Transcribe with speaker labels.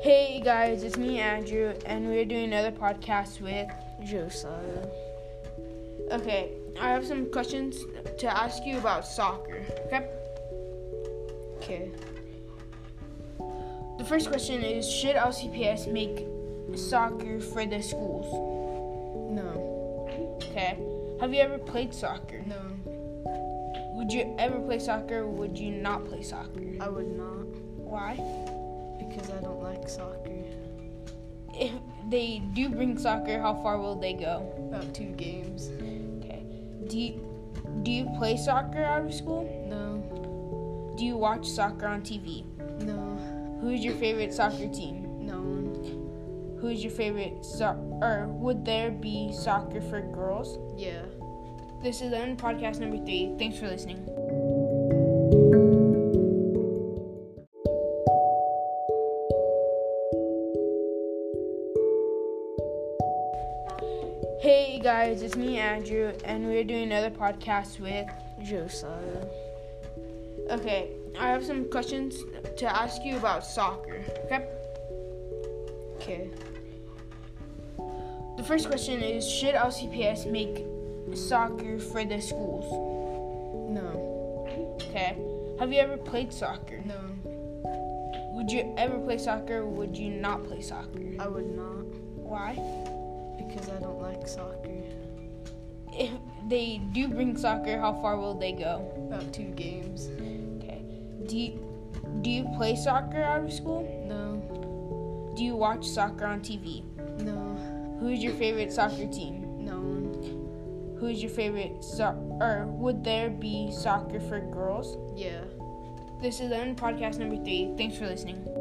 Speaker 1: Hey guys, it's me Andrew, and we're doing another podcast with.
Speaker 2: Josiah.
Speaker 1: Okay, I have some questions to ask you about soccer. Okay.
Speaker 2: Okay.
Speaker 1: The first question is: Should LCPS make soccer for the schools?
Speaker 2: No.
Speaker 1: Okay. Have you ever played soccer?
Speaker 2: No.
Speaker 1: Would you ever play soccer? Would you not play soccer?
Speaker 2: I would not
Speaker 1: Why?
Speaker 2: because I don't like soccer.
Speaker 1: If they do bring soccer, how far will they go?
Speaker 2: About two games.
Speaker 1: Okay. Do you, do you play soccer out of school?
Speaker 2: No.
Speaker 1: Do you watch soccer on TV?
Speaker 2: No.
Speaker 1: Who's your favorite soccer team?
Speaker 2: No one.
Speaker 1: Who's your favorite so- or would there be soccer for girls?
Speaker 2: Yeah.
Speaker 1: This is end podcast number three. Thanks for listening. Hey guys, it's me Andrew, and we're doing another podcast with.
Speaker 2: Josiah.
Speaker 1: Okay, I have some questions to ask you about soccer. Okay.
Speaker 2: Okay.
Speaker 1: The first question is Should LCPS make soccer for the schools?
Speaker 2: No.
Speaker 1: Okay. Have you ever played soccer?
Speaker 2: No.
Speaker 1: Would you ever play soccer? Would you not play soccer?
Speaker 2: I would not
Speaker 1: Why?
Speaker 2: because I don't like soccer.
Speaker 1: If they do bring soccer, how far will they go?
Speaker 2: About two games.
Speaker 1: Okay. Do you, do you play soccer out of school?
Speaker 2: No.
Speaker 1: Do you watch soccer on TV?
Speaker 2: No.
Speaker 1: Who's your favorite soccer team?
Speaker 2: No one.
Speaker 1: Who's your favorite so- or would there be soccer for girls?
Speaker 2: Yeah.
Speaker 1: This is end podcast number three. Thanks for listening.